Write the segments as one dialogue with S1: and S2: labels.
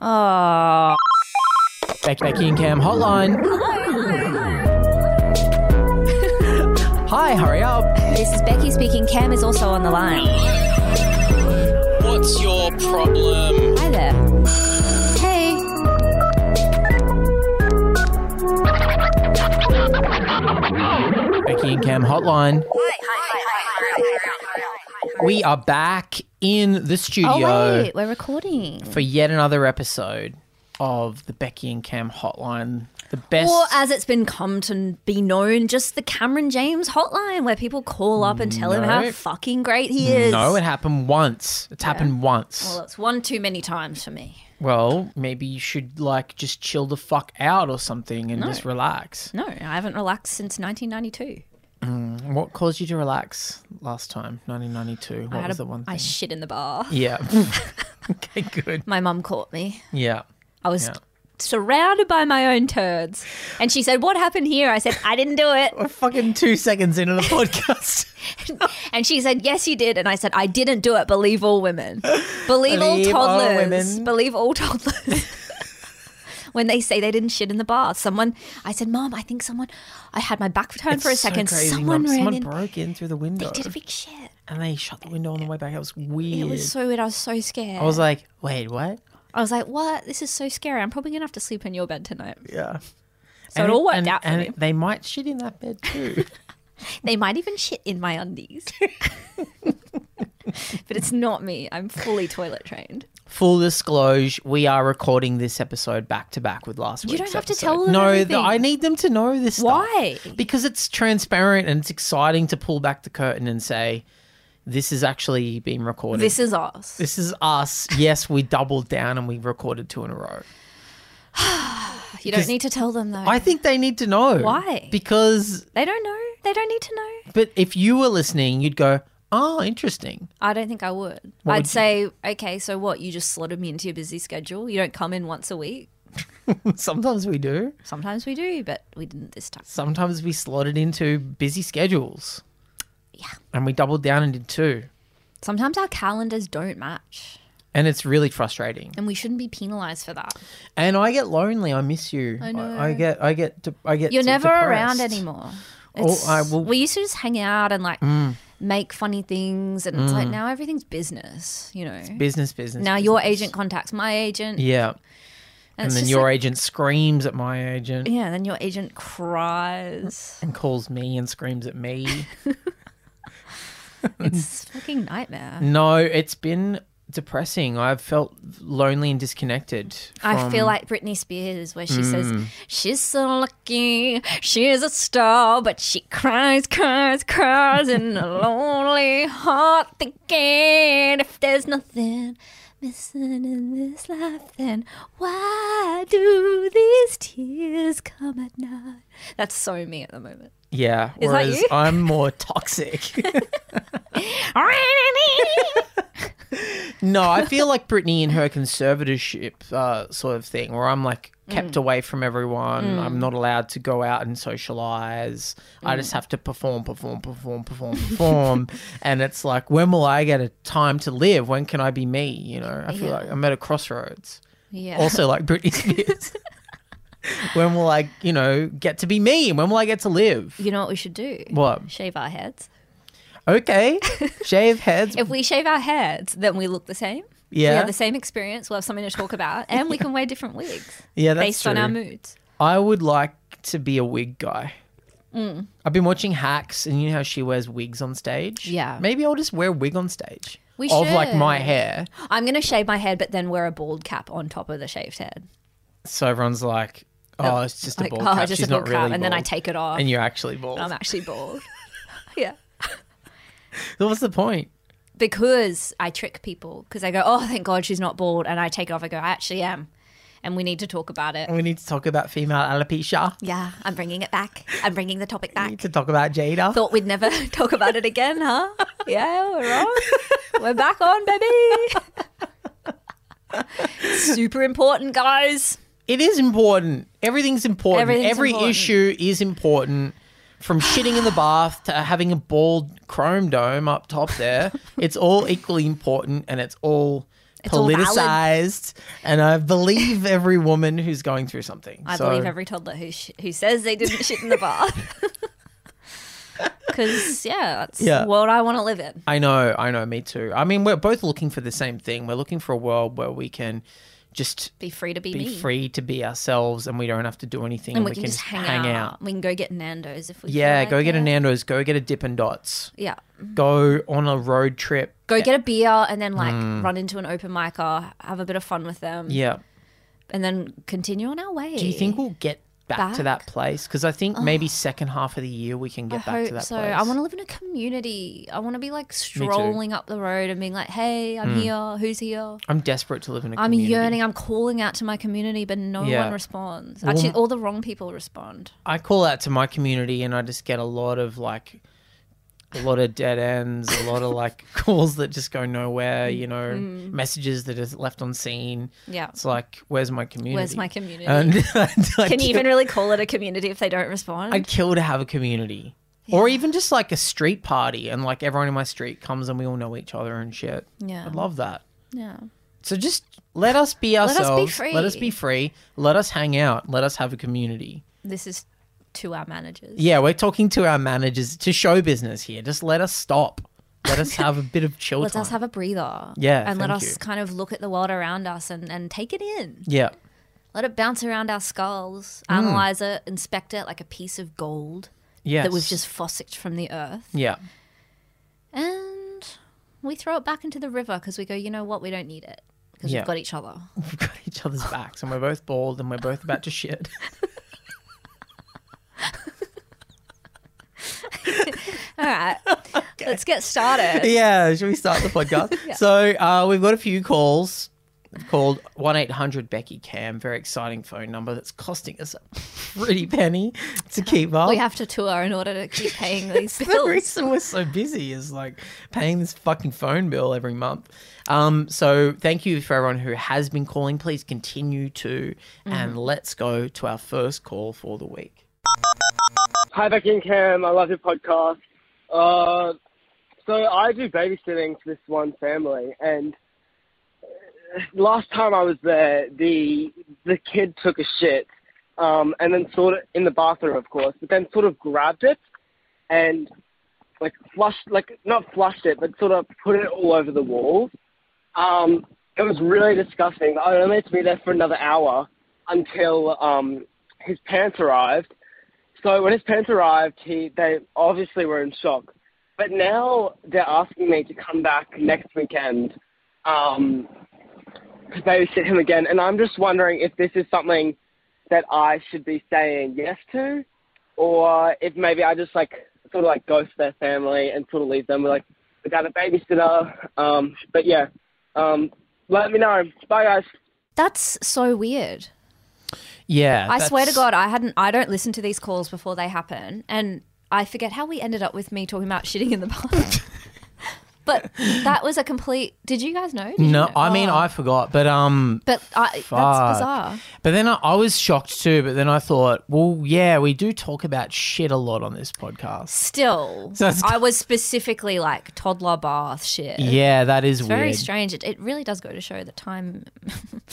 S1: Oh.
S2: Beck- Becky and Cam hotline. Hi, hurry up.
S1: This is Becky speaking. Cam is also on the line.
S3: What's your problem?
S1: Hi there. Hey.
S2: Becky and Cam hotline. We are back in the
S1: Oh,
S2: studio
S1: wait. We're recording.
S2: for yet another episode of the Becky and Cam hotline. The best.
S1: Or as it's been come to be known, just the Cameron James hotline where people call up and tell him how
S2: No.
S1: fucking great he is.
S2: no, it happened once. It's happened once.
S1: Well, it's one too many times for me.
S2: Well, maybe you should like just chill the fuck out or something and just relax.
S1: No, I haven't relaxed since 1992.
S2: What caused you to relax last time? 1992. What
S1: I, had
S2: was
S1: a-
S2: the one thing?
S1: I shit in the bar.
S2: yeah. okay, good.
S1: My mum caught me.
S2: Yeah.
S1: I was
S2: Yeah.
S1: surrounded by my own turds. And she said, What happened here? I said, I didn't do it.
S2: We're fucking two seconds into the podcast.
S1: And she said, Yes, you did. And I said, I didn't do it. Believe all women. Believe, all
S2: Believe all
S1: toddlers.
S2: women.
S1: Believe all toddlers. when they say they didn't shit in the bath, someone, I said, Mom, I think someone, I had my back turned for a
S2: It's so
S1: second.
S2: crazy,
S1: someone
S2: Mum.
S1: ran
S2: someone
S1: in.
S2: broke in through the window
S1: They did a big shit.
S2: and they shut the window on the way back. It was weird.
S1: It was so weird. I was so scared.
S2: I was like, wait, what?
S1: like, What? This is so scary. I'm probably going to have to sleep in your bed tonight.
S2: Yeah.
S1: So it all worked
S2: and,
S1: out for
S2: and
S1: me.
S2: They might shit in that bed too.
S1: They might even shit in my undies. but it's not me. I'm fully toilet trained.
S2: Full disclosure, we are recording this episode back to back with last week.
S1: don't have to tell them
S2: No,
S1: everything.
S2: I need them to know this. stuff.
S1: Why?
S2: Because it's transparent and it's exciting to pull back the curtain and say, "This is actually being recorded.
S1: This is us.
S2: This is us. Yes, we doubled down and we recorded two in a row.
S1: You don't need to tell them though.
S2: I think they need to know
S1: Why?
S2: Because,
S1: They don't know. They don't need to know.
S2: but if you were listening, you'd go, "Oh, interesting."
S1: I don't think I would.
S2: What
S1: I'd
S2: would you-
S1: say, okay, so what? You just slotted me into your busy schedule. You don't come in once a week.
S2: Sometimes we do.
S1: Sometimes we do, but we didn't this time.
S2: Sometimes we slotted into busy schedules. Yeah. And we doubled down and did two.
S1: Sometimes our calendars don't match,
S2: And it's really frustrating.
S1: and we shouldn't be penalized for that.
S2: And I get lonely. I miss you. I
S1: know.
S2: I, get. I get. De- I get.
S1: You're
S2: de-
S1: never around
S2: depressed.
S1: anymore.
S2: Oh,
S1: It's-
S2: I will- Mm.
S1: We used to just hang out and like make funny things, and it's like now everything's business, you know.
S2: Business, Mm. business.
S1: Now your
S2: business.
S1: agent contacts my agent,
S2: Yeah.
S1: and,
S2: And
S1: it's
S2: then
S1: just
S2: your
S1: like-
S2: agent screams at my agent
S1: yeah. Then your agent cries.
S2: and calls me and screams at me.
S1: it's fucking nightmare.
S2: no, it's been depressing. I've felt lonely and disconnected.
S1: I
S2: from- Mm.
S1: feel like Britney Spears, where she says, She's so lucky, she's a star, but she cries, cries, cries in a lonely heart, thinking if there's nothing missing in this life, then why do these tears come at night? That's so me at the moment.
S2: Yeah.
S1: that
S2: Whereas
S1: you?
S2: I'm more toxic. no, I feel like Britney and her conservatorship uh, sort of thing, where I'm like
S1: Mm.
S2: kept away from everyone. I'm not allowed to go out and socialize.
S1: Mm.
S2: I just have to perform, perform, perform, perform, perform. and it's like, when will I get a time to live? When can I be me? You know, I feel
S1: Yeah.
S2: like I'm at a crossroads.
S1: yeah.
S2: Also, like Britney Spears. when will I, you know, get to be me? When will I get to live?
S1: you know what we should do?
S2: What?
S1: Shave our heads.
S2: Okay. Shave heads.
S1: If we shave our heads, then we look the same. We
S2: yeah.
S1: have the same experience. We'll have something to talk about, and we can wear different wigs
S2: yeah, that's
S1: based
S2: true.
S1: on our moods.
S2: I would like to be a wig guy.
S1: Mm.
S2: I've been watching Hacks, and you know how she wears wigs on stage.
S1: Yeah.
S2: maybe I'll just wear a wig on stage.
S1: We
S2: of like my
S1: should.
S2: hair,
S1: I'm gonna shave my head, but then wear a bald cap on top of the shaved head.
S2: so everyone's like, "Oh, it's just a
S1: Like,
S2: bald
S1: oh,
S2: cap.
S1: just
S2: She's
S1: a bald
S2: not
S1: cap,
S2: really."
S1: and then I
S2: bald."
S1: take it off. Oh,
S2: and you're actually bald.
S1: I'm actually bald. yeah,
S2: So what's the point?
S1: because I trick people because I go, oh, thank God she's not bald, and I take it off. I go, I actually am, and we need to talk about it.
S2: We need to talk about female alopecia.
S1: Yeah, I'm bringing it back. I'm bringing the topic
S2: We
S1: back.
S2: need to talk about Jada.
S1: Thought we'd never talk about it again, huh? Yeah, we're on. We're back on, baby. Super important, guys.
S2: It is important. Everything's important.
S1: Everything's
S2: Every
S1: important.
S2: issue is important. From shitting in the bath to having a bald chrome dome up top there, it's all equally important and it's all
S1: It's all valid.
S2: politicized, and I believe every woman who's going through something.
S1: I
S2: so,
S1: believe every toddler who sh- who says they didn't shit in the bath. Because yeah, that's
S2: Yeah.
S1: the world I want to live in.
S2: I know, I know, me too. I mean, we're both looking for the same thing. We're looking for a world where we can just
S1: Be free to be,
S2: be
S1: me,
S2: free to be ourselves, and we don't have to do anything,
S1: and we, can, just hang, out.
S2: out.
S1: We can go get Nando's if we.
S2: Yeah,
S1: feel
S2: go
S1: like
S2: get
S1: it.
S2: a Nando's, go get a Dippin' Dots,
S1: Yeah,
S2: go on a road trip.
S1: go get a beer and then like run into an open mic or have a bit of fun with them,
S2: Mm. Yeah.
S1: and then continue on our way.
S2: Do you think we'll get back, to that
S1: Back? Oh.
S2: place? Because I think maybe second half of the year we can
S1: I
S2: get back
S1: hope
S2: to that
S1: so.
S2: place.
S1: I want to live in a community. I want to be like strolling up the road and being like, "Hey, I'm here. Who's here?"
S2: I'm desperate to live in a
S1: I'm
S2: Mm. community.
S1: yearning. I'm calling out to my community, but no
S2: Yeah.
S1: one responds. Actually, all the wrong people respond.
S2: I call out to my community and I just get a lot of like a lot of dead ends, a lot of like calls that just go nowhere, you know,
S1: Mm.
S2: messages that are left unseen.
S1: Yeah.
S2: It's like, where's my community?
S1: Where's my community?
S2: And I'd, like,
S1: Can you even really call it a community if they don't respond?
S2: I'd kill to have a community. Or even just like a street party and like everyone in my street comes and we all know each other and shit.
S1: Yeah.
S2: I'd love that.
S1: yeah.
S2: So just let us be
S1: us be
S2: ourselves. Let us
S1: free.
S2: be free. Let us hang out. Let us have a community.
S1: This is to our managers.
S2: Yeah, we're talking to our managers to show business here. Just let us stop. Let us have a bit of chill
S1: Let
S2: time.
S1: us have a breather.
S2: Yeah,
S1: And let
S2: thank
S1: us
S2: you.
S1: kind of look at the world around us and, and take it in.
S2: yeah,
S1: Let it bounce around our skulls,
S2: Mm.
S1: analyze it, inspect it like a piece of gold
S2: yeah.
S1: that we've just fossicked from the earth.
S2: yeah,
S1: And we throw it back into the river because we go, you know what? We don't need it because
S2: Yeah.
S1: we've got each other.
S2: we've got each other's backs, and we're both bald, and we're both about to shit.
S1: All right. Let's get started.
S2: yeah, should we start the podcast? So uh, we've got a few calls called one eight hundred Becky Cam. Very exciting phone number that's costing us a pretty penny to keep up.
S1: We have to tour in order to keep paying these
S2: the
S1: bills.
S2: reason we're so busy is like paying this fucking phone bill every month. Um, so thank you for everyone who has been calling. Please continue to,
S1: Mm-hmm.
S2: and let's go to our first call for the week.
S4: Hi, Becky and Cam. I love your podcast. Uh, so I do babysitting for this one family, and uh, last time I was there, the the kid took a shit, um, and then sort of in the bathroom, of course, but then sort of grabbed it and like flushed, like not flushed it, but sort of put it all over the walls. Um, it was really disgusting. I only had to be there for another hour until um, his parents arrived. So when his parents arrived, he they obviously were in shock. But now they're asking me to come back next weekend um, to babysit him again, and I'm just wondering if this is something that I should be saying yes to, or if maybe I just like sort of like ghost their family and sort of leave them with like without a babysitter. Um, but yeah, um, let me know. Bye guys.
S1: That's so weird.
S2: Yeah,
S1: I swear to
S2: that's-
S1: God, I hadn't. I don't listen to these calls before they happen, and I forget how we ended up with me talking about shitting in the bath. but that was a complete. Did you guys know? Did you
S2: No,
S1: know?
S2: I mean
S1: Oh.
S2: I forgot, but um,
S1: But I, that's
S2: Fuck.
S1: bizarre.
S2: but then I, I was shocked too. But then I thought, well, yeah, we do talk about shit a lot on this podcast.
S1: Still,
S2: So it's-
S1: I was specifically like toddler bath shit.
S2: Yeah, that is
S1: Very
S2: weird.
S1: strange. It, it really does go to show that time.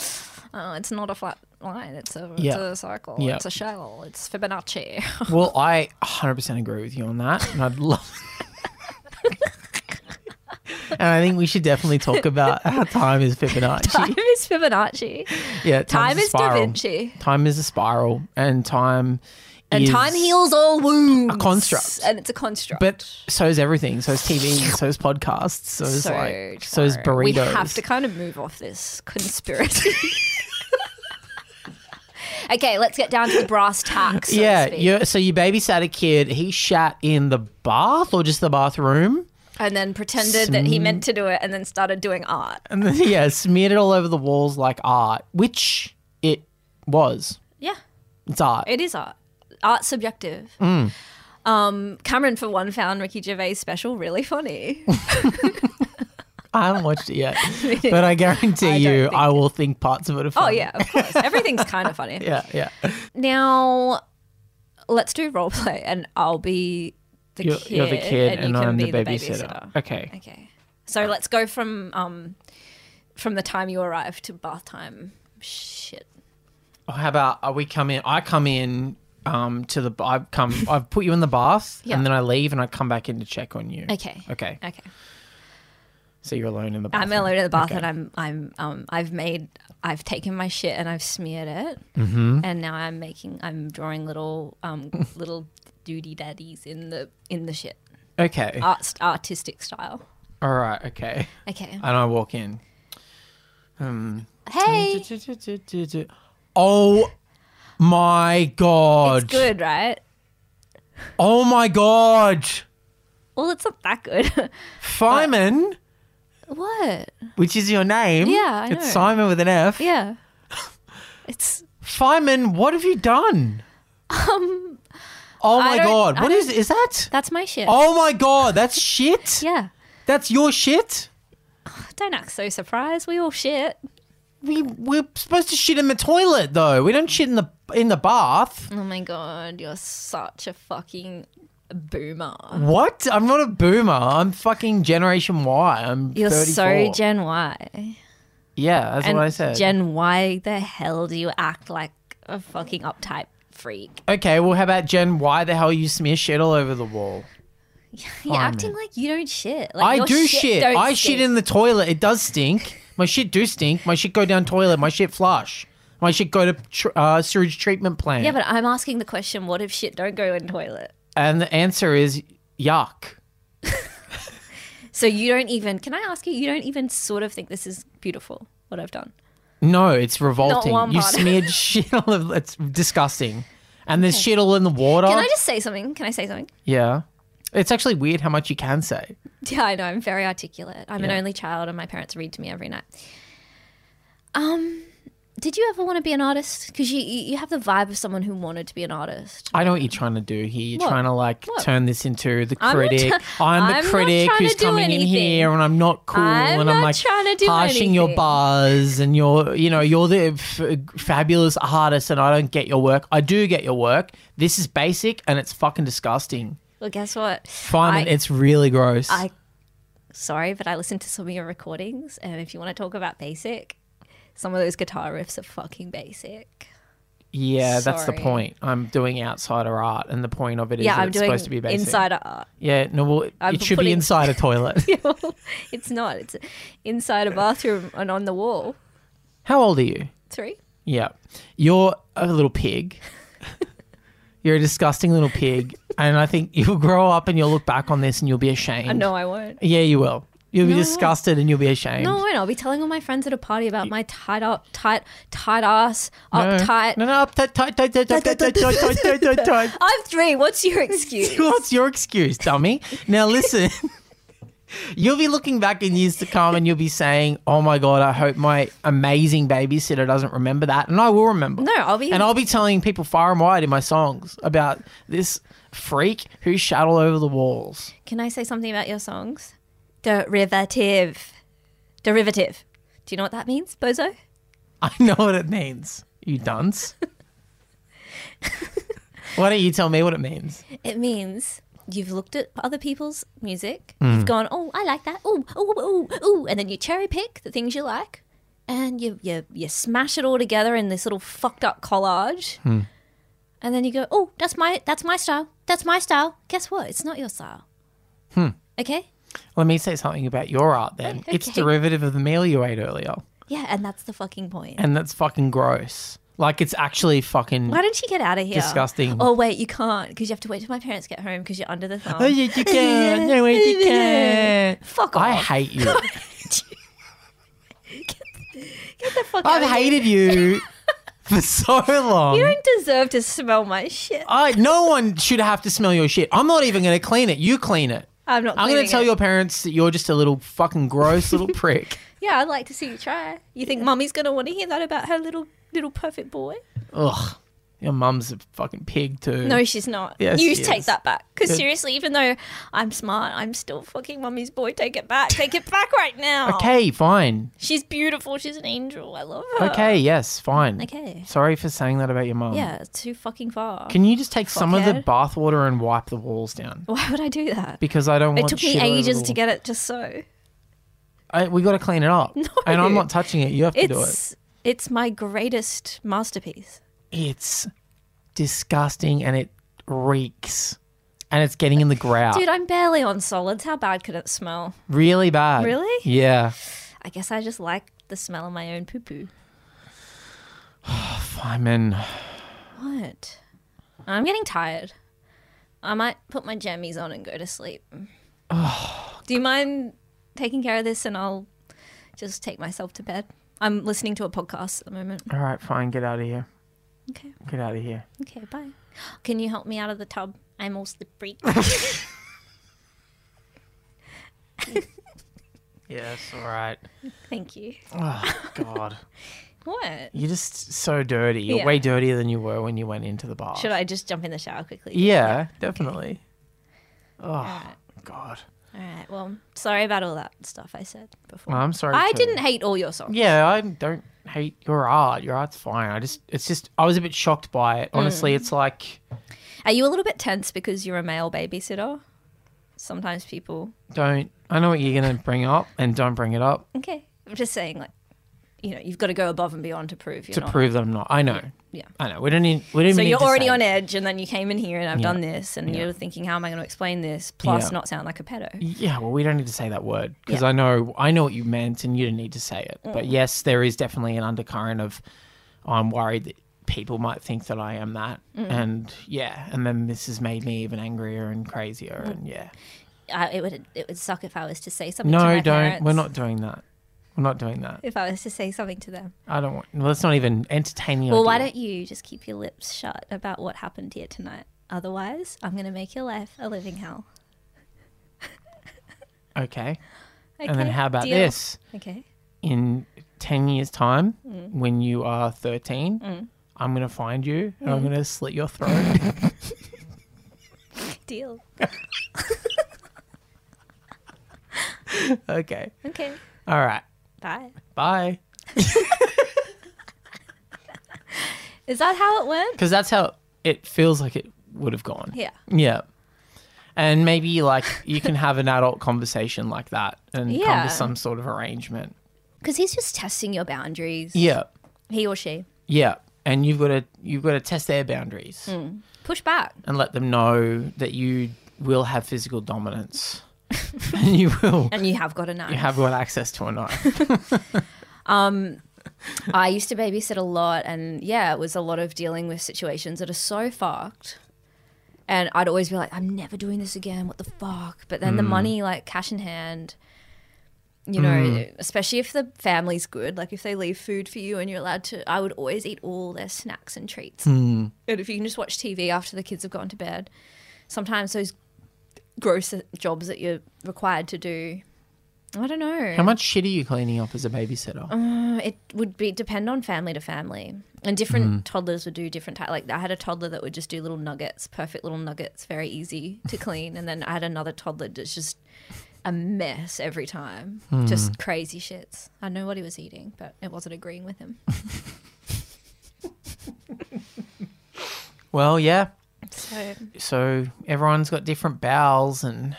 S1: oh, it's not a flat line. It's a,
S2: Yeah.
S1: it's a cycle.
S2: Yeah.
S1: It's a shell. It's Fibonacci.
S2: Well, I 100% agree with you on that, and I'd love. and I think we should definitely talk about how time is Fibonacci.
S1: time is Fibonacci.
S2: Yeah,
S1: Time
S2: a
S1: is Da
S2: spiral.
S1: Vinci.
S2: Time is a spiral, and time
S1: And
S2: is-
S1: time heals all wounds. A
S2: construct.
S1: And it's a construct.
S2: But so is everything. So is TV. so is podcasts. So is
S1: so
S2: like. So is
S1: true.
S2: burritos.
S1: We have to kind of move off this conspiracy. okay, let's get down to the brass tacks. So to
S2: yeah,
S1: speak.
S2: you so you babysat a kid. He shat in the bath or just the bathroom,
S1: And then pretended that he meant to do it and then started doing art.
S2: and then, yeah, smeared it all over the walls like art, which it was.
S1: Yeah,
S2: It's art.
S1: it is art. Art's subjective.
S2: Mm.
S1: Um, Cameron, for one, found Ricky Gervais' special really funny.
S2: I haven't watched it yet, but I guarantee
S1: I don't
S2: you,
S1: think
S2: I will think parts of it are
S1: oh,
S2: funny.
S1: yeah, of course. Everything's kind of funny.
S2: yeah, yeah.
S1: Now, let's do role play, and I'll be the
S2: You're,
S1: kid.
S2: you're the kid, and,
S1: you can
S2: I'm
S1: be
S2: the babysitter. Okay.
S1: Okay. So let's go from um, from the time you arrive to bath time. Shit.
S2: Oh, How about uh, we come in? I come in um, to the. I've come. I've put you in the bath,
S1: Yeah.
S2: and then I leave, and I come back in to check on you.
S1: Okay.
S2: Okay.
S1: Okay.
S2: So you're alone in the bath.
S1: I'm alone in the bath
S2: Okay.
S1: and I'm I'm um I've made I've taken my shit and I've smeared it
S2: Mm-hmm.
S1: and now I'm making I'm drawing little um little doody daddies in the in the shit
S2: Okay.
S1: art artistic style.
S2: All right. Okay.
S1: Okay.
S2: And I walk in.
S1: hey,
S2: Oh my
S1: it's
S2: god.
S1: good, right?
S2: Oh my god.
S1: Well, it's not that good.
S2: Feynman,
S1: what?
S2: which is your name.
S1: Yeah, I know.
S2: It's Simon with an F.
S1: Yeah. It's
S2: Feynman, what have you done? Um. Oh
S1: I
S2: my
S1: don't-
S2: god.
S1: I
S2: What is is that?
S1: that's my shit.
S2: Oh my god. That's shit.
S1: Yeah.
S2: That's your shit.
S1: Don't act so surprised. We all shit.
S2: We we're supposed to shit in the toilet though. We don't shit in the in the bath.
S1: Oh my god, you're such a fucking boomer.
S2: What? I'm not a boomer. I'm fucking Generation Y. I'm
S1: You're
S2: 34.
S1: so Gen Y.
S2: Yeah, that's
S1: And
S2: what I said.
S1: Gen Y, the hell do you act like a fucking uptight freak?
S2: Okay, well, how about Jen? Why the hell you smear shit all over the wall?
S1: You're
S2: Fine,
S1: acting like you don't shit. Like
S2: I
S1: your
S2: do shit.
S1: don't
S2: I
S1: stink.
S2: shit in the toilet. It does stink. My shit do stink. My shit go down toilet. My shit flush. My shit go to tr- uh, sewage treatment plant.
S1: Yeah, but I'm asking the question: What if shit don't go in toilet?
S2: and the answer is yuck.
S1: So you don't even. Can I ask you? You don't even sort of think this is beautiful. What I've done.
S2: No, it's revolting.
S1: one
S2: You
S1: part.
S2: smeared shit all over. It's disgusting. And there's shit all in the water.
S1: Can I just say something? Can I say something?
S2: yeah. It's actually weird how much you can say.
S1: Yeah, I know. I'm very articulate. I'm an
S2: Yeah.
S1: only child, and my parents read to me every night. Um, did you ever want to be an artist? Because you you you have the vibe of someone who wanted to be an artist.
S2: I know what you're trying to do here. You're
S1: What?
S2: trying to like
S1: What?
S2: turn this into the
S1: I'm not
S2: critic.
S1: try-
S2: I'm the
S1: I'm not
S2: critic
S1: trying
S2: who's
S1: to do
S2: coming in
S1: anything.
S2: here, and I'm not cool,
S1: I'm
S2: and I'm
S1: not
S2: like
S1: trying to do
S2: harshing your
S1: anything.
S2: buzz, and you're, you know, you're the f- fabulous artist, and I don't get your work. I do get your work. This is basic, and it's fucking disgusting.
S1: Well, guess what?
S2: Fine,
S1: I-
S2: it's really gross.
S1: I- Sorry, but I listened to some of your recordings, and if you want to talk about basic, some of those guitar riffs are fucking basic.
S2: yeah, that's the
S1: sorry.
S2: point. I'm doing outsider art, and the point of it is
S1: yeah,
S2: that
S1: I'm
S2: it's
S1: doing
S2: supposed to be basic.
S1: insider art.
S2: Yeah, no, well, it-
S1: I'm
S2: it should be
S1: putting-
S2: inside a toilet.
S1: it's not. It's inside a bathroom and on the wall.
S2: How old are you?
S1: Three.
S2: Yeah. You're a little pig. You're a disgusting little pig. And I think you'll grow up and you'll look back on this and you'll be ashamed.
S1: Uh, no, I won't.
S2: Yeah, you will. You'll be
S1: No, I won't.
S2: disgusted and you'll be ashamed.
S1: No, I won't. I'll be telling all my friends at a party about my tight up, tight, tight ass, uptight.
S2: No, no, up tight, tight, tight, tight, tight, tight, tight, tight, tight, tight, tight, tight.
S1: I'm three. What's your excuse?
S2: What's your excuse, dummy? Now listen. You'll be looking back in years to come and you'll be saying, Oh my God, I hope my amazing babysitter doesn't remember that. And I will remember.
S1: No, I'll be.
S2: And I'll be telling people far and wide in my songs about this freak who shat all over the walls.
S1: Can I say something about your songs? Derivative. Derivative. Do you know what that means, Bozo?
S2: I know what it means, you dunce. Why don't you tell me what it means?
S1: It means you've looked at other people's music,
S2: Mm.
S1: you've gone, oh, I like that, oh, oh, oh, oh, and then you cherry pick the things you like, and you you you smash it all together in this little fucked up collage,
S2: Hmm.
S1: and then you go, oh, that's my that's my style, that's my style. Guess what? It's not your style.
S2: Hmm.
S1: Okay.
S2: Let me say something about your art then. It's
S1: Okay.
S2: derivative of the meal you ate earlier.
S1: Yeah, and that's the fucking point.
S2: And that's fucking gross. Like it's actually fucking
S1: Why don't you get out of here?
S2: Disgusting.
S1: Oh wait, you can't because you have to wait till my parents get home because you're under the thumb.
S2: Oh, yeah, you can. No, wait, you can.
S1: Fuck off.
S2: I hate you.
S1: Get the fuck out
S2: I've
S1: of here.
S2: hated you for so long.
S1: You don't deserve to smell my shit.
S2: I no one should have to smell your shit. I'm not even going to clean it. You clean it.
S1: I'm not.
S2: I'm going
S1: cleaning
S2: to tell
S1: it.
S2: your parents that you're just a little fucking gross little prick.
S1: Yeah, I'd like to see you try. You think mummy's gonna want to hear that about her little little perfect boy?
S2: Ugh. Your mum's a fucking pig too.
S1: No, she's not.
S2: Mm. Yes,
S1: you
S2: she
S1: take
S2: is.
S1: that back. Because seriously, even though I'm smart, I'm still fucking mummy's boy. Take it back. Take it back right now.
S2: Okay, fine.
S1: She's beautiful. She's an angel. I love her.
S2: Okay, yes, fine.
S1: Oh. Okay.
S2: Sorry for saying that about your mum.
S1: Yeah, it's too fucking far.
S2: Can you just take some of the
S1: Fuckhead.
S2: bathwater and wipe the walls down?
S1: Why would I do that?
S2: Because I don't
S1: It
S2: want
S1: took me
S2: shit all over
S1: ages
S2: the
S1: to get it just so.
S2: I, we got to clean it up.
S1: No.
S2: And I'm not touching it. You have to do it.
S1: It's it's my greatest masterpiece.
S2: It's disgusting and it reeks. And it's getting in the grout.
S1: Dude, I'm barely on solids. How bad could it smell?
S2: really bad.
S1: Really?
S2: Yeah.
S1: I guess I just like the smell of my own poo poo.
S2: Feynman.
S1: What? I'm getting tired. I might put my jammies on and go to sleep. Do you mind taking care of this and I'll just take myself to bed? I'm listening to a podcast at the moment.
S2: All right, fine. Get out of here.
S1: Okay.
S2: Get out of here.
S1: Okay, bye. Can you help me out of the tub? I'm all slippery.
S2: Yes, all right.
S1: Thank you.
S2: Oh, God.
S1: What?
S2: You're just so dirty. You're
S1: Yeah.
S2: way dirtier than you were when you went into the bar.
S1: Should I just jump in the shower quickly?
S2: Yeah, definitely. Oh,
S1: Alright.
S2: God.
S1: All right. Well, sorry about all that stuff I said before.
S2: Well, I'm sorry.
S1: I
S2: to-
S1: didn't hate all your songs.
S2: Yeah, I don't hate your art. Your art's fine. I just, it's just, I was a bit shocked by it.
S1: Mm.
S2: Honestly, it's like,
S1: Are you a little bit tense because you're a male babysitter? Sometimes people.
S2: don't, I know what you're going to bring up and don't bring it up
S1: Okay. I'm just saying, like, you know, you've got to go above and beyond to prove you're
S2: to
S1: not.
S2: prove that I'm not. I know.
S1: yeah.
S2: I know. We don't need, we don't
S1: So
S2: need
S1: you're
S2: to
S1: already
S2: say
S1: on
S2: it.
S1: edge, and then you came in here, and I've
S2: Yeah.
S1: done this, and you're thinking, how am I going to explain this? Plus,
S2: Yeah.
S1: not sound like a pedo.
S2: Yeah, well, we don't need to say that word because
S1: Yeah. Mm.
S2: I know I know what you meant, and you didn't need to say it. But yes, there is definitely an undercurrent of I'm worried that people might think that I am that,
S1: Mm.
S2: and yeah, and then this has made me even angrier and
S1: Mm.
S2: crazier, and yeah.
S1: Uh, it would it would suck if I was to say something.
S2: No,
S1: to my
S2: don't.
S1: Parents,
S2: We're not doing that. We're not doing that.
S1: If I was to say something to them,
S2: I don't want. Well, that's not even entertaining.
S1: well, why don't you just keep your lips shut about what happened here tonight? Otherwise, I'm going to make your life a living hell.
S2: Okay.
S1: Okay,
S2: And then how about
S1: deal.
S2: this?
S1: Okay.
S2: in 10 years' time,
S1: Mm.
S2: when you are 13, I'm going to find you and I'm
S1: Mm.
S2: going to slit your throat.
S1: Deal.
S2: okay.
S1: Okay.
S2: All right.
S1: Bye.
S2: Bye.
S1: Is that how it went?
S2: Because that's how it feels like it would have gone.
S1: Yeah.
S2: Yeah. And maybe like you can have an adult conversation like that and come
S1: Yeah.
S2: to some sort of arrangement.
S1: Because he's just testing your boundaries.
S2: Yeah.
S1: He or she.
S2: Yeah. And you've got to you've got to test their boundaries
S1: Push back.
S2: and let them know that you will have physical dominance. and you will
S1: And you have got a knife.
S2: you have got access to a knife.
S1: I used to babysit a lot, and yeah, it was a lot of dealing with situations that are so fucked. And I'd always be like, I'm never doing this again. What the fuck? But then the money, like cash in hand, you know, especially if the family's good, like if they leave food for you and you're allowed to, I would always eat all their snacks and treats. And if you can just watch TV after the kids have gone to bed, sometimes those gross jobs that you're required to do, I don't know.
S2: How much shit are you cleaning up as a babysitter?
S1: Uh, It would be depend on family to family, and different toddlers would do different type. Like I had a toddler that would just do little nuggets, perfect little nuggets, very easy to clean, and then I had another toddler that's just a mess every time, just crazy shits. I know what he was eating, but it wasn't agreeing with him.
S2: Well, yeah.
S1: So
S2: So everyone's got different bowels and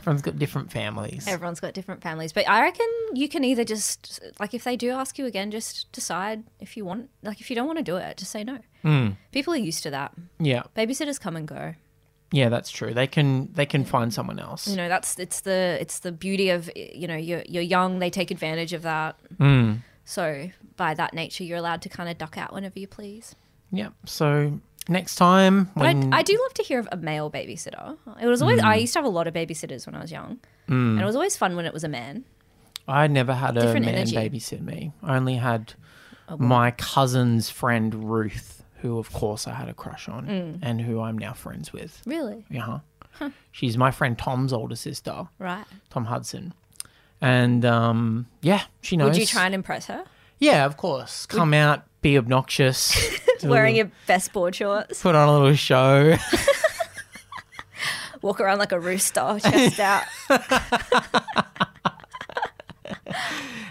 S2: everyone's got different families.
S1: everyone's got different families, but I reckon you can either just like if they do ask you again, just decide if you want. Like if you don't want to do it, just say no. People are used to that.
S2: yeah.
S1: Babysitters come and go.
S2: Yeah, that's true. They can they can find someone else.
S1: you know that's it's the it's the beauty of you know you're you're young they take advantage of that
S2: Mm.
S1: so by that nature you're allowed to kind of duck out whenever you please
S2: Yeah. So next time
S1: but
S2: when Mm.
S1: I, I do love to hear of a male babysitter it was always i used to have a lot of babysitters when i was young and it was always fun when it was a man
S2: I never had a man
S1: Different energy.
S2: babysit me. I only had my cousin's friend Ruth, who of course I had a crush on
S1: Mm.
S2: and who I'm now friends with.
S1: really
S2: Yeah. She's my friend Tom's older sister,
S1: right
S2: Tom Hudson. And um, yeah, she knows.
S1: would you try and impress her
S2: Yeah, of course. Come out, be obnoxious, do a
S1: wearing
S2: little-
S1: your best board shorts
S2: put on a little show.
S1: walk around like a rooster chest out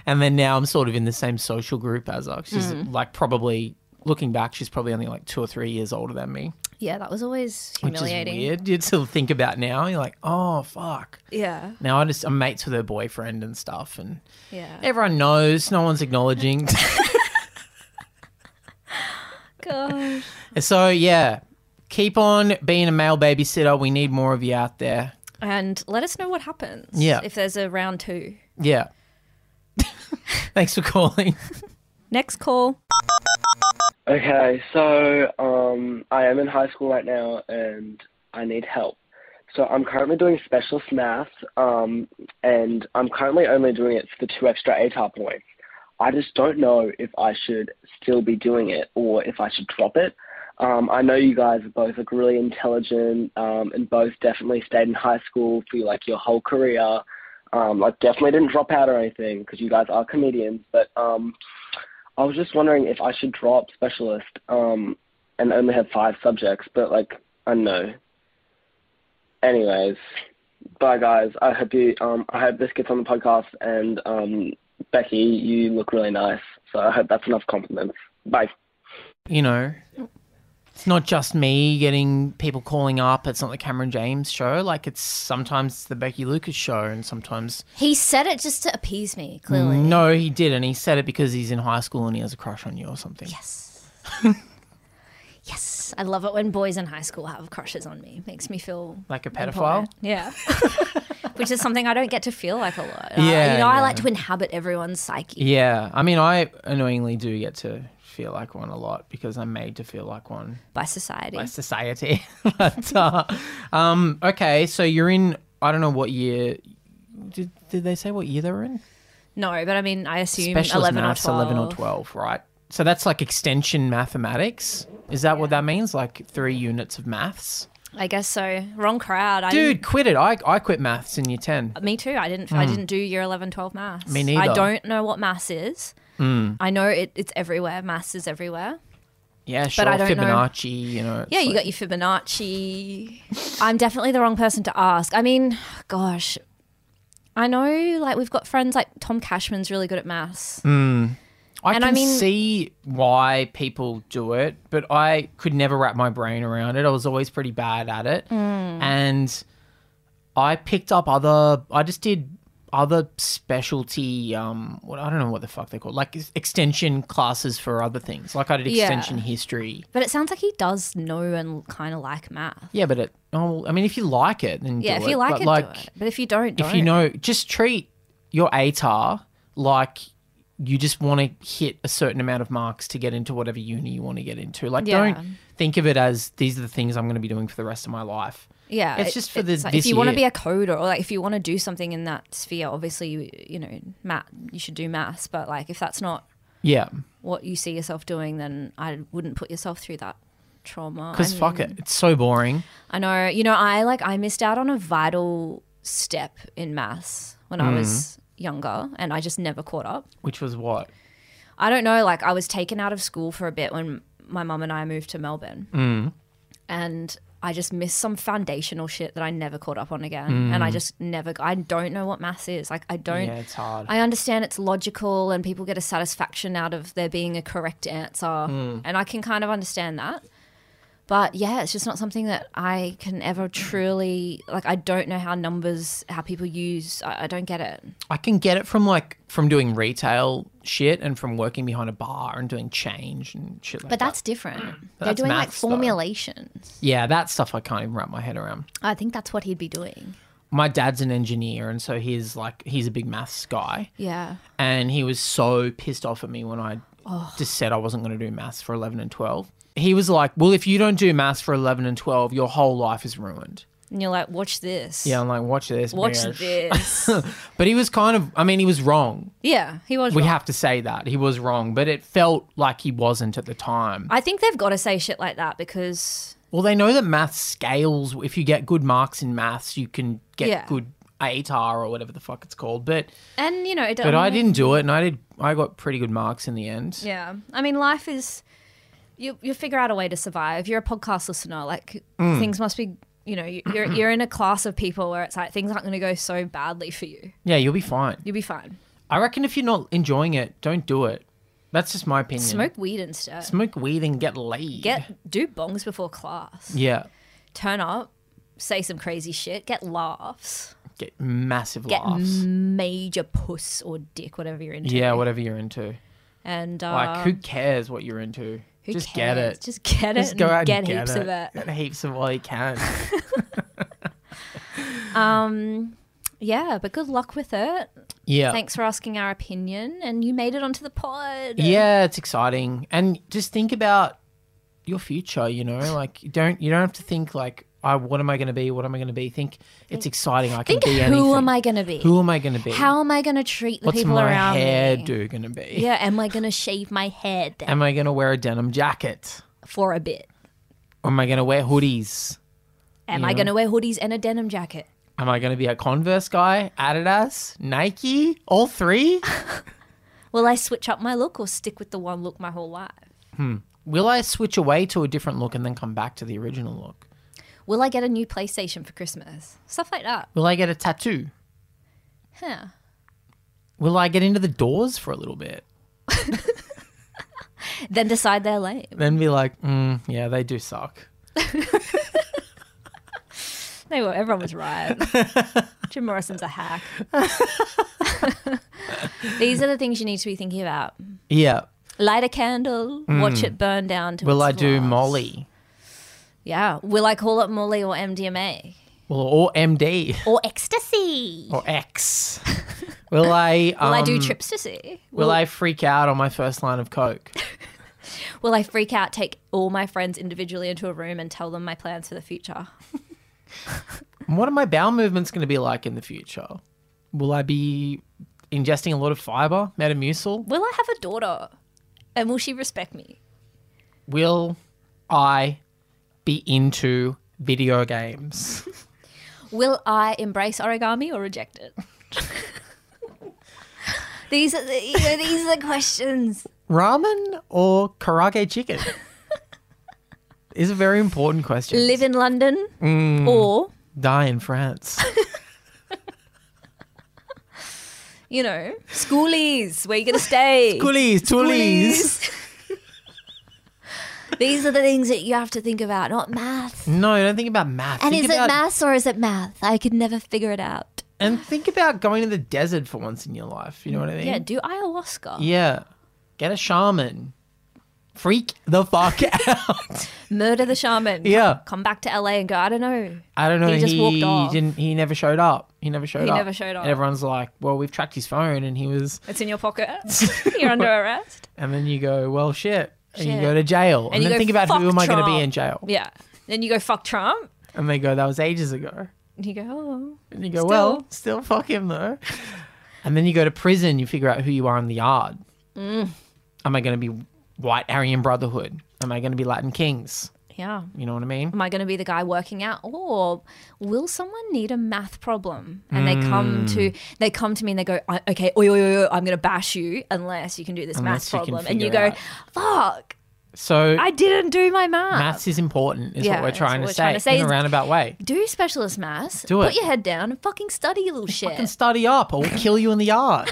S2: and then now I'm sort of in the same social group as her. She's like probably looking back, she's probably only like two or three years older than me.
S1: yeah, that was always
S2: which is
S1: humiliating.
S2: weird. You'd still think about now. You're like, oh fuck.
S1: Yeah,
S2: Now I just I'm mates with her boyfriend and stuff, and
S1: yeah.
S2: everyone knows. No one's acknowledging.
S1: Gosh.
S2: so yeah, keep on being a male babysitter. We need more of you out there.
S1: And let us know what happens.
S2: Yeah.
S1: If there's a round two.
S2: Yeah. Thanks for calling.
S1: Next call.
S4: Okay, so um, I am in high school right now and I need help. So I'm currently doing specialist maths, um, and I'm currently only doing it for the two extra ATAR points. I just don't know if I should still be doing it or if I should drop it. Um, I know you guys are both like really intelligent um, and both definitely stayed in high school for like your whole career. Um, like definitely didn't drop out or anything because you guys are comedians, but um, I was just wondering if I should drop specialist um, and only have five subjects, but like I don't know. Anyways, bye guys. I hope you. Um, I hope this gets on the podcast. And um, Becky, you look really nice. So I hope that's enough compliments. Bye.
S2: you know, it's not just me getting people calling up. It's not the Cameron James show. Like it's sometimes the Becky Lucas show, and sometimes
S1: He said it just to appease me, clearly.
S2: no, he didn't. He said it because he's in high school and he has a crush on you or something.
S1: Yes. yes. I love it when boys in high school have crushes on me. Makes me feel
S2: Like a pedophile.
S1: important. Yeah. Which is something I don't get to feel like a lot. And I-
S2: Yeah,
S1: you know, I
S2: yeah.
S1: like to inhabit everyone's psyche.
S2: Yeah, I mean, I annoyingly do get to feel like one a lot because I'm made to feel like one
S1: by society.
S2: by society. but, uh, um, okay, so you're in. I don't know what year. Did, did they say what year they were in?
S1: No, but I mean, I assume
S2: Specialist
S1: 11
S2: maths,
S1: or 12.
S2: 11 or 12, right? So that's like extension mathematics. Is that what that means? Like three units of maths?
S1: I guess so. Wrong crowd. I
S2: Dude, quit it. I, I quit maths in year 10.
S1: didn't- me too. I didn't I didn't do year 11 12 maths.
S2: Me neither. Mm.
S1: I don't know what maths is. I know it, it's everywhere. Maths is everywhere.
S2: Yeah, sure.
S1: I don't know.
S2: Fibonacci, you know. it's
S1: Yeah, you
S2: like-
S1: got your Fibonacci. I'm definitely the wrong person to ask. I mean, gosh, I know like we've got friends like Tom Cashman's really good at maths.
S2: Mm. I
S1: and
S2: can
S1: I mean-
S2: see why people do it, but I could never wrap my brain around it. I was always pretty bad at it.
S1: Hmm.
S2: And I picked up other, I just did other specialty, um, what, I don't know what the fuck they're called, like ex- extension classes for other things. Like I did
S1: Yeah.
S2: extension history.
S1: But it sounds like he does know and kind of like math.
S2: Yeah, but it, oh, I mean, if you like it, then
S1: Yeah,
S2: do
S1: if you
S2: it.
S1: like
S2: But,
S1: it, do it. But if you don't, don't.
S2: if you know, just treat your ATAR like you just want to hit a certain amount of marks to get into whatever uni you want to get into. Like,
S1: Yeah.
S2: don't think of it as these are the things I'm going to be doing for the rest of my life.
S1: Yeah,
S2: It's
S1: it-
S2: just for the-
S1: like if
S2: this
S1: you want to
S2: year.
S1: be a coder or like if you want to do something in that sphere, obviously you you know math you should do maths. But like if that's not
S2: Yeah,
S1: what you see yourself doing, then I wouldn't put yourself through that trauma. I
S2: because
S1: mean,
S2: fuck it, it's so boring.
S1: I know. You know, I like I missed out on a vital step in maths when I was younger, and I just never caught up.
S2: Which was what?
S1: I don't know. Like I was taken out of school for a bit when my mum and I moved to Melbourne, and I just missed some foundational shit that I never caught up on again. And I just never. I don't know what maths is. Like I don't.
S2: Yeah, it's hard.
S1: I understand it's logical and people get a satisfaction out of there being a correct answer.
S2: Hmm.
S1: And I can kind of understand that. But yeah, it's just not something that I can ever truly like. I don't know how numbers, how people use. I, I don't get it.
S2: I can get it from like from doing retail shit and from working behind a bar and doing change and shit like
S1: But
S2: that.
S1: that's different. They're
S2: that's
S1: doing
S2: maths, though.
S1: like formulations.
S2: yeah, that stuff I can't even wrap my head around.
S1: I think that's what he'd be doing.
S2: My dad's an engineer, and so he's like he's a big maths guy.
S1: Yeah.
S2: and he was so pissed off at me when I just said I wasn't going to do maths for 11 and 12. He was like, "Well, if you don't do maths for 11 and 12, your whole life is ruined."
S1: And you're like, watch this.
S2: Yeah, I'm like, "Watch this,
S1: Watch
S2: bitch."
S1: this.
S2: But he was kind of, I mean, he was wrong.
S1: yeah, he was.
S2: We
S1: wrong.
S2: have to say that he was wrong, but it felt like he wasn't at the time.
S1: I think they've got to say shit like that because
S2: Well, they know that maths scales. If you get good marks in maths, you can get
S1: Yeah.
S2: good ATAR or whatever the fuck it's called. But
S1: and you know, it,
S2: but I
S1: mean,
S2: didn't do it, and I did. I got pretty good marks in the end.
S1: Yeah. I mean, life is you you figure out a way to survive. You're a podcast listener, like
S2: Mm.
S1: things must be, you know, you- you're you're in a class of people where it's like things aren't going to go so badly for you.
S2: yeah you'll be fine.
S1: You'll be fine.
S2: I reckon if you're not enjoying it, don't do it. That's just my opinion.
S1: Smoke weed and stuff.
S2: Smoke weed and get laid.
S1: Get do bongs before class.
S2: yeah.
S1: Turn up, say some crazy shit, get laughs,
S2: Get massive
S1: get
S2: laughs.
S1: major puss or dick, whatever you're into.
S2: yeah, whatever you're into.
S1: And uh,
S2: Like, who cares what you're into?
S1: who
S2: just get
S1: cares?
S2: it.
S1: Just get it.
S2: Just go out
S1: and get
S2: and
S1: heaps
S2: get it.
S1: of it.
S2: Get heaps of all you can.
S1: Yeah, but good luck with it.
S2: Yeah.
S1: Thanks for asking our opinion, and you made it onto the pod.
S2: Yeah, it's exciting. And just think about your future, you know? Like you don't you don't have to think like I what am I gonna be? What am I gonna be? Think it's exciting. I can
S1: Think
S2: be
S1: who
S2: anything.
S1: am I gonna be?
S2: Who am I gonna be?
S1: How am I gonna treat the
S2: What's
S1: people
S2: my
S1: around me?
S2: hairdo gonna be?
S1: Yeah, am I gonna shave my head
S2: Am I gonna wear a denim jacket?
S1: for a bit?
S2: Or am I gonna wear hoodies?
S1: Am I gonna wear hoodies and a denim jacket?
S2: Am I gonna be a Converse guy? Adidas? Nike? All three?
S1: Will I switch up my look or stick with the one look my whole life?
S2: Will I switch away to a different look and then come back to the original look?
S1: Will I get a new PlayStation for Christmas? Stuff like that.
S2: Will I get a tattoo?
S1: Huh.
S2: Will I get into the doors for a little bit?
S1: Then decide they're lame.
S2: Then be like, mm, yeah, they do suck.
S1: They were. Everyone was right. Jim Morrison's a hack. These are the things you need to be thinking about.
S2: Yeah.
S1: Light a candle. Watch it burn down. To
S2: Hmm. Will I
S1: its
S2: do
S1: last.
S2: Molly?
S1: Yeah. Will I call it Molly or MDMA
S2: Well, or MD
S1: or ecstasy?
S2: or X? Will I? Um,
S1: Will I do tripstasy?
S2: Will I freak out on my first line of coke?
S1: Will I freak out, take all my friends individually into a room and tell them my plans for the future?
S2: And what are my bowel movements going to be like in the future? Will I be ingesting a lot of fiber, metamucil?
S1: Will I have a daughter? And will she respect me?
S2: Will I be into video games?
S1: Will I embrace origami or reject it? these are the, you know, these are the questions.
S2: Ramen or karage chicken? Is a very important question.
S1: Live in London
S2: Hmm.
S1: or
S2: Die in France.
S1: you know schoolies? Where you gonna stay?
S2: Coolies, toolies.
S1: these are the things that you have to think about, not math.
S2: No, don't think about math.
S1: And
S2: think
S1: is
S2: about
S1: it math or is it math? I could never figure it out.
S2: And think about going to the desert for once in your life. You know what I mean?
S1: Yeah, do ayahuasca.
S2: Yeah. Get a shaman. Freak the fuck out.
S1: Murder the shaman.
S2: Yeah.
S1: Come back to LA and go, I don't know.
S2: I don't know.
S1: He just walked off.
S2: Didn't, he never showed up. He never showed
S1: He
S2: up.
S1: never showed up.
S2: And everyone's like, well, we've tracked his phone and he was.
S1: It's in your pocket. You're under arrest.
S2: And then you go, well, shit. And you
S1: Shit.
S2: go to jail. And,
S1: you
S2: then
S1: go,
S2: think about
S1: "Fuck
S2: who am I going to be
S1: Trump."
S2: in jail?
S1: Yeah. Then you go, fuck Trump.
S2: And they go, that was ages ago.
S1: And you go, oh.
S2: And you go, well, still fuck him though. And then you go to prison, you figure out who you are in the yard.
S1: Mm.
S2: Am I going to be white Aryan Brotherhood? Am I going to be Latin Kings?
S1: Yeah.
S2: You know what I mean?
S1: Am I going to be the guy working out, or will someone need a math problem? And they come
S2: Mm.
S1: to they come to me and they go, I, "Okay, oi, oi, oi, oi, I'm going to bash you unless you can do this math
S2: Unless you can
S1: problem." And you
S2: figure
S1: go,
S2: it
S1: "Fuck,
S2: So
S1: I didn't do my math."
S2: maths is important, is
S1: Yeah,
S2: what we're
S1: that's what
S2: trying,
S1: we're
S2: to, say,
S1: trying to say
S2: in a
S1: is-
S2: roundabout way.
S1: Do specialist maths.
S2: Do it.
S1: Put your head down and fucking study, you little shit.
S2: Fucking study up, or we'll kill you in the yard.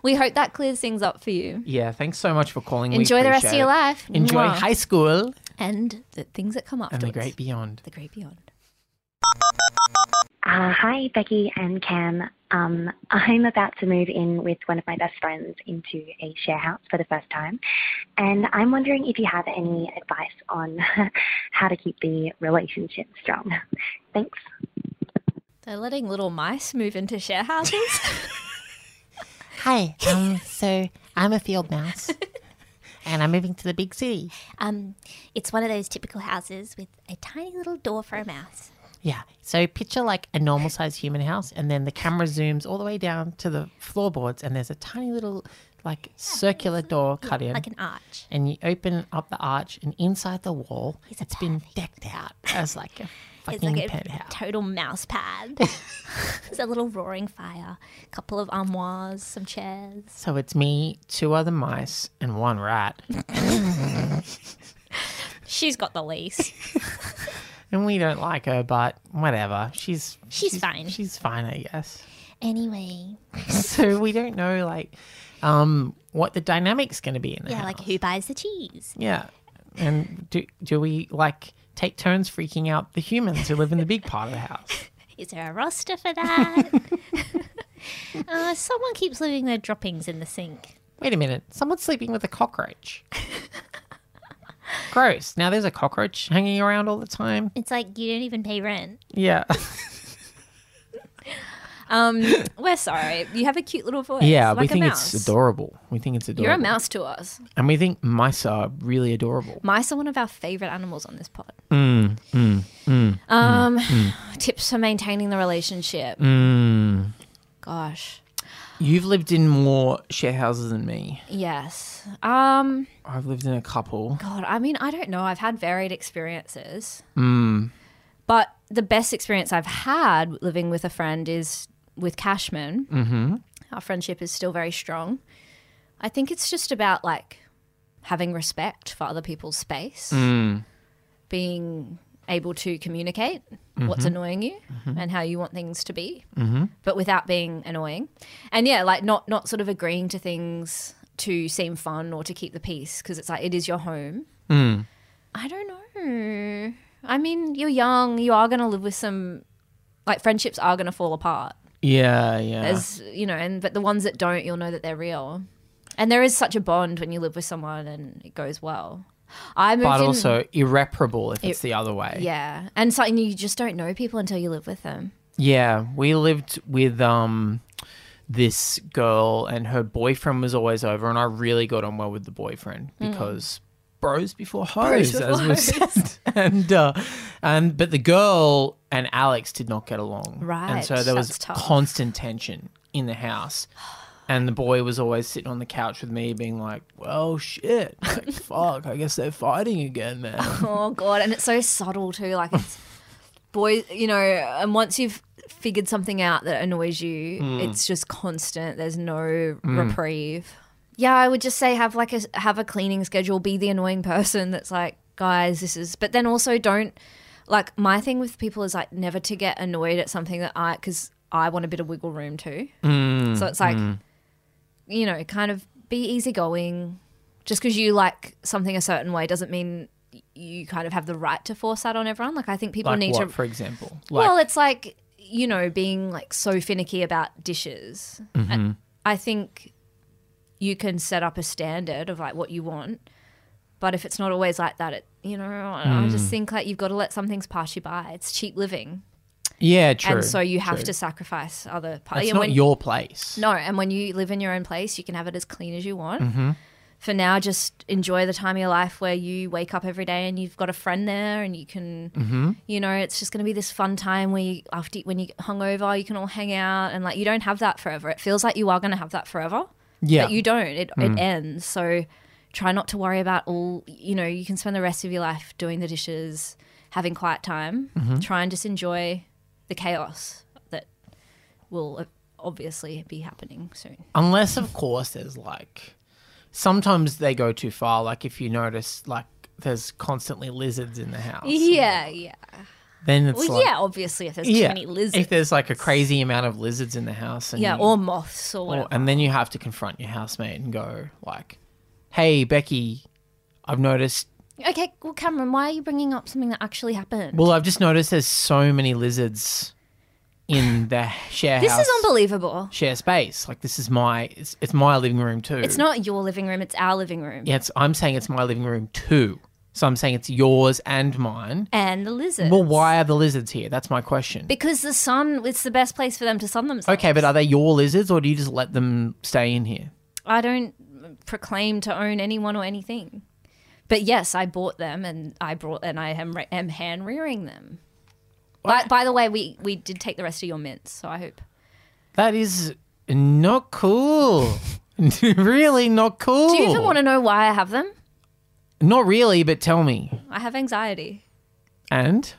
S1: We hope that clears things up for you.
S2: yeah, thanks so much for calling. We
S1: Enjoy the rest of
S2: appreciate
S1: your
S2: it.
S1: life.
S2: Enjoy
S1: Mwah.
S2: high school
S1: and the things that come
S2: and
S1: afterwards.
S2: the great beyond.
S1: The great beyond.
S5: Uh, hi, Becky and Cam. Um, I'm about to move in with one of my best friends into a share house for the first time, and I'm wondering if you have any advice on how to keep the relationship strong. Thanks.
S1: They're letting little mice move into share houses.
S6: Hi. Um, so I'm a field mouse, and I'm moving to the big city.
S7: Um, it's one of those typical houses with a tiny little door for a mouse.
S6: Yeah. So picture like a normal sized human house, and then the camera zooms all the way down to the floorboards, and there's a tiny little like circular door cut in.
S7: Like an arch.
S6: and you open up the arch, and inside the wall, it's been decked out as like a
S7: It's
S6: fucking
S7: like a
S6: penthouse.
S7: total mouse pad. There's a little roaring fire, a couple of armoires, some chairs.
S2: So it's me, two other mice, and one rat,
S7: She's got the lease.
S2: and we don't like her, but whatever. She's
S7: She's fine.
S2: She's fine, I guess.
S7: Anyway,
S2: so we don't know like um, what the dynamic's going to be in the
S7: Yeah,
S2: house.
S7: like who buys the cheese?
S2: yeah. And do do we like take turns freaking out the humans who live in the big part of the house?
S7: Is there a roster for that? uh, someone keeps leaving their droppings in the sink.
S2: Wait a minute, someone's sleeping with a cockroach. Gross. Now there's a cockroach hanging around all the time.
S7: It's like you don't even pay rent.
S2: Yeah.
S1: Um, we're sorry. You have a cute little voice.
S2: Yeah,
S1: like
S2: we
S1: a
S2: think
S1: mouse.
S2: it's adorable. We think it's adorable.
S1: You're a mouse to us.
S2: And we think mice are really adorable.
S1: Mice are one of our favorite animals on this pod. um, tips for maintaining the relationship. Gosh,
S2: You've lived in more share houses than me.
S1: yes. Um,
S2: I've lived in a couple.
S1: God, I mean, I don't know. I've had varied experiences, but the best experience I've had living with a friend is with Cashman. Mm-hmm. Our friendship is still very strong. I think it's just about like having respect for other people's space, being able to communicate what's annoying you and how you want things to be, but without being annoying. And yeah, like not not sort of agreeing to things to seem fun or to keep the peace because it's like it is your home.
S2: Hmm.
S1: I don't know. I mean, you're young. You are going to live with some like friendships are going to fall apart.
S2: Yeah, yeah.
S1: As you know, and but the ones that don't, you'll know that they're real. And there is such a bond when you live with someone and it goes well. I moved
S2: but
S1: in-
S2: also irreparable if it's the other way.
S1: yeah, and so and you just don't know people until you live with them.
S2: Yeah, we lived with um this girl and her boyfriend was always over and I really got on well with the boyfriend
S1: Mm.
S2: because bros before hoes as we've said. and uh and but the girl and Alex did not get along.
S1: Right,
S2: And so there was
S1: that's tough.
S2: constant tension in the house. And the boy was always sitting on the couch with me being like, Well shit, like, fuck, I guess they're fighting again, man.
S1: Oh god, and it's so subtle too. Like it's boys, you know. And once you've figured something out that annoys you,
S2: Hmm.
S1: it's just constant. There's no reprieve. Yeah, I would just say have like a have a cleaning schedule. Be the annoying person that's like, guys, this is. But then also don't like my thing with people is like never to get annoyed at something that I because I want a bit of wiggle room too.
S2: Hmm.
S1: So it's like, you know, kind of be easygoing. Just because you like something a certain way doesn't mean you kind of have the right to force that on everyone. Like I think people
S2: Like
S1: need to.
S2: what, for example? Like
S1: well, it's like you know being like so finicky about dishes.
S2: Mm-hmm.
S1: And I think you can set up a standard of like what you want, but if it's not always like that, it you know I I
S2: Mm.
S1: just think like you've got to let some things pass you by. It's cheap living,
S2: Yeah, true.
S1: and so you have
S2: true.
S1: to sacrifice other parts.
S2: That's not your place.
S1: No, and when you live in your own place, you can have it as clean as you want.
S2: Mm-hmm.
S1: For now, just enjoy the time of your life where you wake up every day and you've got a friend there, and you can, you know, it's just going to be this fun time where you, after you- when you get hungover, you can all hang out, and like you don't have that forever. It feels like you are going to have that forever,
S2: Yeah. Mm.
S1: but you don't. It it ends. So try not to worry about all. You know, you can spend the rest of your life doing the dishes, having quiet time.
S2: Mm-hmm.
S1: Try and just enjoy the chaos that will obviously be happening soon.
S2: Unless, of course, there's like sometimes they go too far. Like if you notice, like there's constantly lizards in the house.
S1: Yeah, yeah.
S2: Then it's
S1: Well,
S2: like,
S1: yeah, obviously, if there's too many lizards.
S2: If there's like a crazy amount of lizards in the house, and
S1: yeah,
S2: you-
S1: or moths or
S2: or-
S1: whatever.
S2: and then you have to confront your housemate and go like, "Hey, Becky, I've noticed.
S7: Okay, well, Cameron, why are you bringing up something that actually happened?
S2: Well, I've just noticed there's so many lizards in the share
S1: This
S2: house.
S1: is unbelievable.
S2: Share space. Like this is my it's, it's my living room too.
S1: It's not your living room, it's our living room.
S2: Yeah, it's, I'm saying it's my living room too. So I'm saying it's yours and mine.
S1: And the lizards.
S2: Well, why are the lizards here? That's my question.
S1: Because the sun, it's the best place for them to sun themselves.
S2: okay, but are they your lizards or do you just let them stay in here?
S1: I don't proclaim to own anyone or anything. But yes, I bought them and I brought and I am, am hand rearing them. But by the way, we, we did take the rest of your mints, so I hope.
S2: That is not cool. really not cool.
S1: Do you even want to know why I have them?
S2: Not really, but tell me.
S1: I have anxiety.
S2: And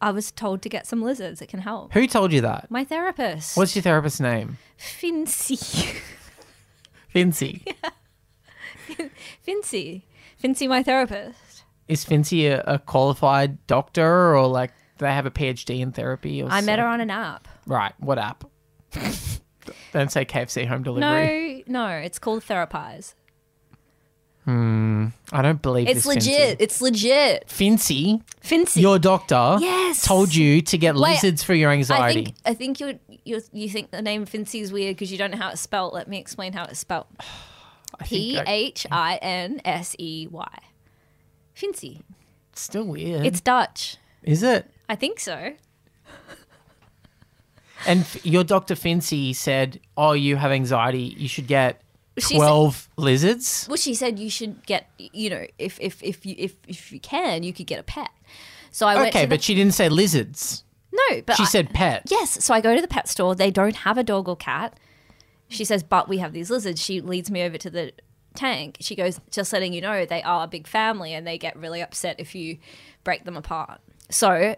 S1: I was told to get some lizards. It can help.
S2: who told you that?
S1: My therapist,
S2: What's your therapist's name?
S1: Fincy.
S2: Fincy.
S1: Fincy. Fincy, my therapist.
S2: Is Fincy a, a qualified doctor or like do they have a PhD in therapy or
S1: I met her
S2: something?
S1: on an app.
S2: Right, what app? Don't say KFC home delivery.
S1: No, No, it's called Therapize.
S2: I don't believe
S1: It's
S2: this, Fincy.
S1: legit. It's legit.
S2: Fincy,
S1: Fincy.
S2: your doctor,
S1: Yes.
S2: told you to get
S1: Wait,
S2: lizards for your
S1: I
S2: anxiety.
S1: think I think you you you think the name Fincy is weird because you don't know how it's spelled. Let me explain how it's spelled.
S2: I think
S1: P
S2: I-
S1: H I N S E Y. Fincy.
S2: it's still weird.
S1: It's Dutch.
S2: Is it?
S1: I think so.
S2: And f- your doctor Fincy said, "Oh, you have anxiety. You should get
S1: She
S2: twelve lizards."
S1: Well, she said you should get you know if if if you if if you can you could get a pet. So I went
S2: Okay,
S1: to the-
S2: but she didn't say lizards.
S1: no, but
S2: She
S1: I-
S2: said pet.
S1: Yes. So I go to the pet store. They don't have a dog or cat. She says, but we have these lizards. She leads me over to the tank. She goes, just letting you know, they are a big family and they get really upset if you break them apart. So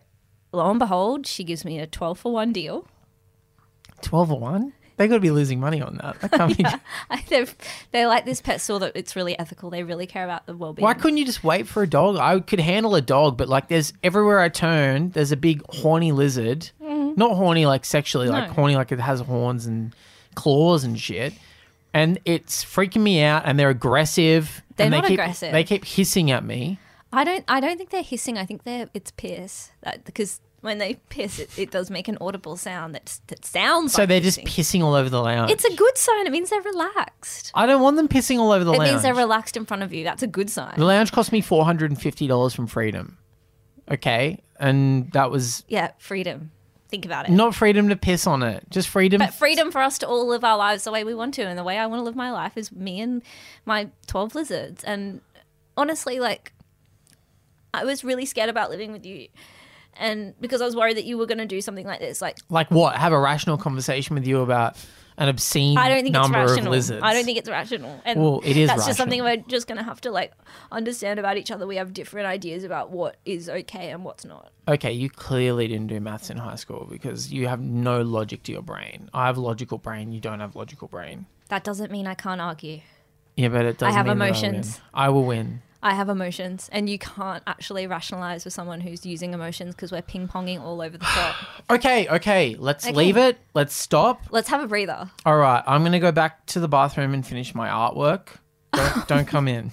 S1: lo and behold, she gives me a 12 for one deal.
S2: Twelve or one? They got to be losing money on that. That can't be.
S1: They're, they're like this pet store that it's really ethical. They really care about the well being.
S2: Why couldn't you just wait for a dog? I could handle a dog, but like there's everywhere I turn, there's a big horny lizard.
S1: Mm-hmm.
S2: Not horny like sexually, like horny like it has horns and claws and shit. And it's freaking me out and they're aggressive.
S1: They're
S2: and
S1: not
S2: keep,
S1: aggressive.
S2: They keep hissing at me.
S1: I don't. I don't think they're hissing. I think they're it's piss. That, because when they piss, it, it does make an audible sound that that sounds.
S2: So
S1: like
S2: they're just
S1: pissing.
S2: pissing all over the lounge.
S1: It's a good sign. It means they're relaxed.
S2: I don't want them pissing all over the
S1: It
S2: lounge.
S1: means they're relaxed in front of you. That's a good sign.
S2: the lounge cost me four hundred and fifty dollars from Freedom. Okay, and that was
S1: Yeah, freedom. Think about it.
S2: not freedom to piss on it, just freedom.
S1: But freedom for us to all live our lives the way we want to. And the way I want to live my life is me and my 12 lizards. And honestly, like, I was really scared about living with you. And because I was worried that you were going to do something like this. Like,
S2: like what? Have a rational conversation with you about an obscene
S1: I don't think it's
S2: number
S1: rational.
S2: of lizards.
S1: I don't think it's rational. And
S2: Well, it is
S1: that's just
S2: rational.
S1: something we're just going to have to, like, understand about each other. We have different ideas about what is okay and what's not.
S2: Okay, you clearly didn't do maths in high school because you have no logic to your brain. I have logical brain. You don't have logical brain.
S1: That doesn't mean I can't argue.
S2: Yeah, but it doesn't.
S1: have
S2: mean that
S1: emotions.
S2: I, win. I will win.
S1: I have emotions, and you can't actually rationalize with someone who's using emotions because we're ping ponging all over the plot.
S2: Okay, okay. Let's leave it. Let's stop.
S1: Let's have a breather.
S2: All right, I'm gonna go back to the bathroom and finish my artwork. Don't, don't come in.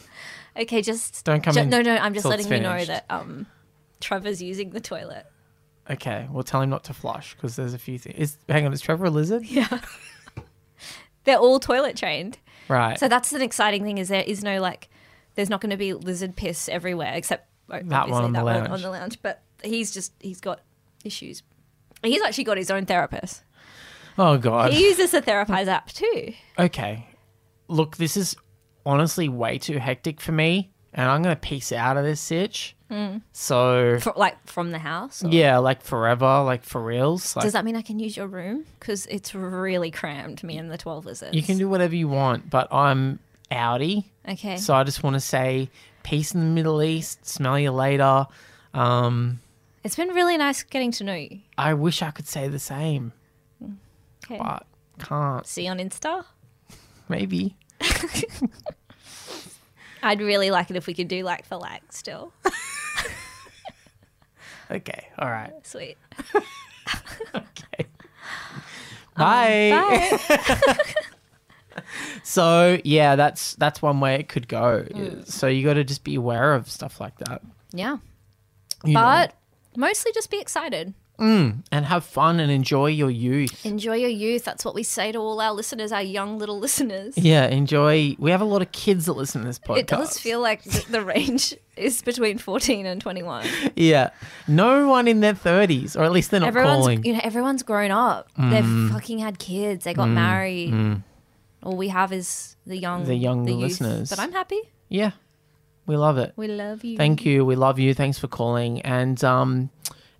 S1: Okay, just
S2: Don't come
S1: ju-
S2: in
S1: No, no, I'm just
S2: till it's
S1: letting you know
S2: finished.
S1: that um, Trevor's using the toilet.
S2: Okay, well, tell him not to flush because there's a few things. Is, hang on, is Trevor a lizard?
S1: They're all toilet trained,
S2: Right.
S1: so that's an exciting thing. Is there is no like, there's not going to be lizard piss everywhere except oh,
S2: That
S1: obviously
S2: one on the
S1: that one
S2: lounge.
S1: on the lounge. But he's just he's got issues. He's actually got his own therapist.
S2: oh god.
S1: He uses the Therapize app too.
S2: okay. Look, this is honestly way too hectic for me, and I'm gonna piece out of this sitch.
S1: Mm.
S2: So
S1: For, like from the house. or-
S2: yeah, like forever, like for reals. Like
S1: Does that mean I can use your room? Because it's really crammed, me and the 12 lizards.
S2: you can do whatever you want, but I'm outie.
S1: Okay.
S2: So I just want to say peace in the Middle East. Smell you later. Um,
S1: it's been really nice getting to know you.
S2: I wish I could say the same,
S1: Mm. Okay.
S2: but can't.
S1: See you on Insta.
S2: Maybe.
S1: I'd really like it if we could do like for like still.
S2: Okay. All right.
S1: Sweet.
S2: Oh, Bye.
S1: Bye.
S2: So yeah, that's that's one way it could go.
S1: Mm.
S2: So you got to just be aware of stuff like that.
S1: yeah.
S2: you know,
S1: But mostly just be excited.
S2: and have fun and enjoy your youth.
S1: Enjoy your youth. That's what we say to all our listeners, our young little listeners.
S2: Yeah, enjoy. We have a lot of kids that listen to this podcast.
S1: It does feel like th- the range is between 14 and 21.
S2: Yeah, no one in their thirties, or at least they're not
S1: Everyone's,
S2: calling. Mm.
S1: you know, everyone's grown up. They've fucking had kids. They got married. All we have is the young,
S2: The young
S1: youth.
S2: listeners.
S1: But I'm happy.
S2: yeah, we love it.
S1: We love you.
S2: Thank you. We love you. Thanks for calling. And um,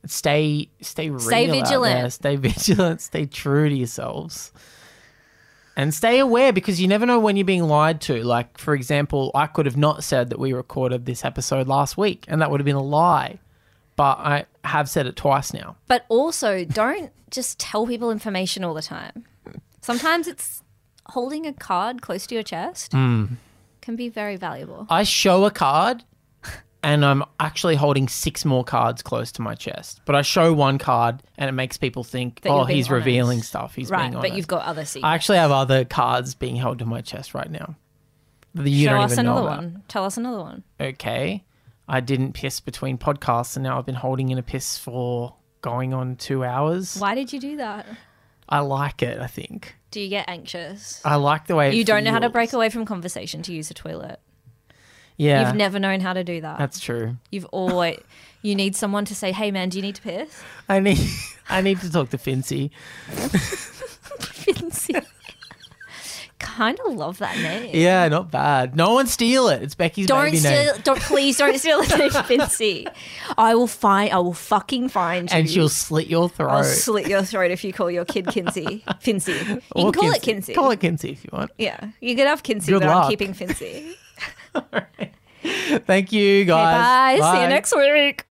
S2: stay stay real
S1: Stay
S2: out
S1: vigilant.
S2: there. Stay vigilant. Stay true to yourselves. And stay aware because you never know when you're being lied to. Like for example, I could have not said that we recorded this episode last week, and that would have been a lie. But I have said it twice now.
S1: But also, don't just tell people information all the time. Sometimes it's holding a
S2: Hmm.
S1: card close to your chest can be very valuable.
S2: I show a card, and I'm actually holding six more cards close to my chest. But I show one card, and it makes people think,
S1: you're
S2: "Oh,
S1: being
S2: he's
S1: honest."
S2: revealing stuff. He's
S1: Right,
S2: being
S1: but
S2: honest."
S1: you've got other secrets.
S2: I actually have other cards being held to my chest right now. that You
S1: Show
S2: don't
S1: us
S2: even know
S1: another
S2: about.
S1: one. Tell us another one.
S2: Okay, I didn't piss between podcasts, and now I've been holding in a piss for going on two hours.
S1: Why did you do that?
S2: I like it. I think
S1: Do you get anxious?
S2: I like the way it
S1: You don't know how to
S2: feels.
S1: break away from conversation to use a toilet.
S2: Yeah,
S1: You've never known how to do that.
S2: that's true.
S1: You've always you need someone to say, "Hey man, do you need to piss?"
S2: I need I need to talk to Fincy.
S1: Kind of love that name.
S2: Yeah, not bad. No one steal it. It's Becky's
S1: Don't
S2: baby name.
S1: steal, don't please don't steal the name Fincy. I will find, I will fucking find you.
S2: And she'll slit your throat.
S1: I'll slit your throat if you call your kid Kinsey. Fincy. You
S2: Or
S1: can call it Kinsey.
S2: Call it Kinsey if you want.
S1: yeah, you could have Kinsey,
S2: Good
S1: but
S2: luck.
S1: I'm keeping Fincy.
S2: Thank you, guys.
S1: Bye. See you next week.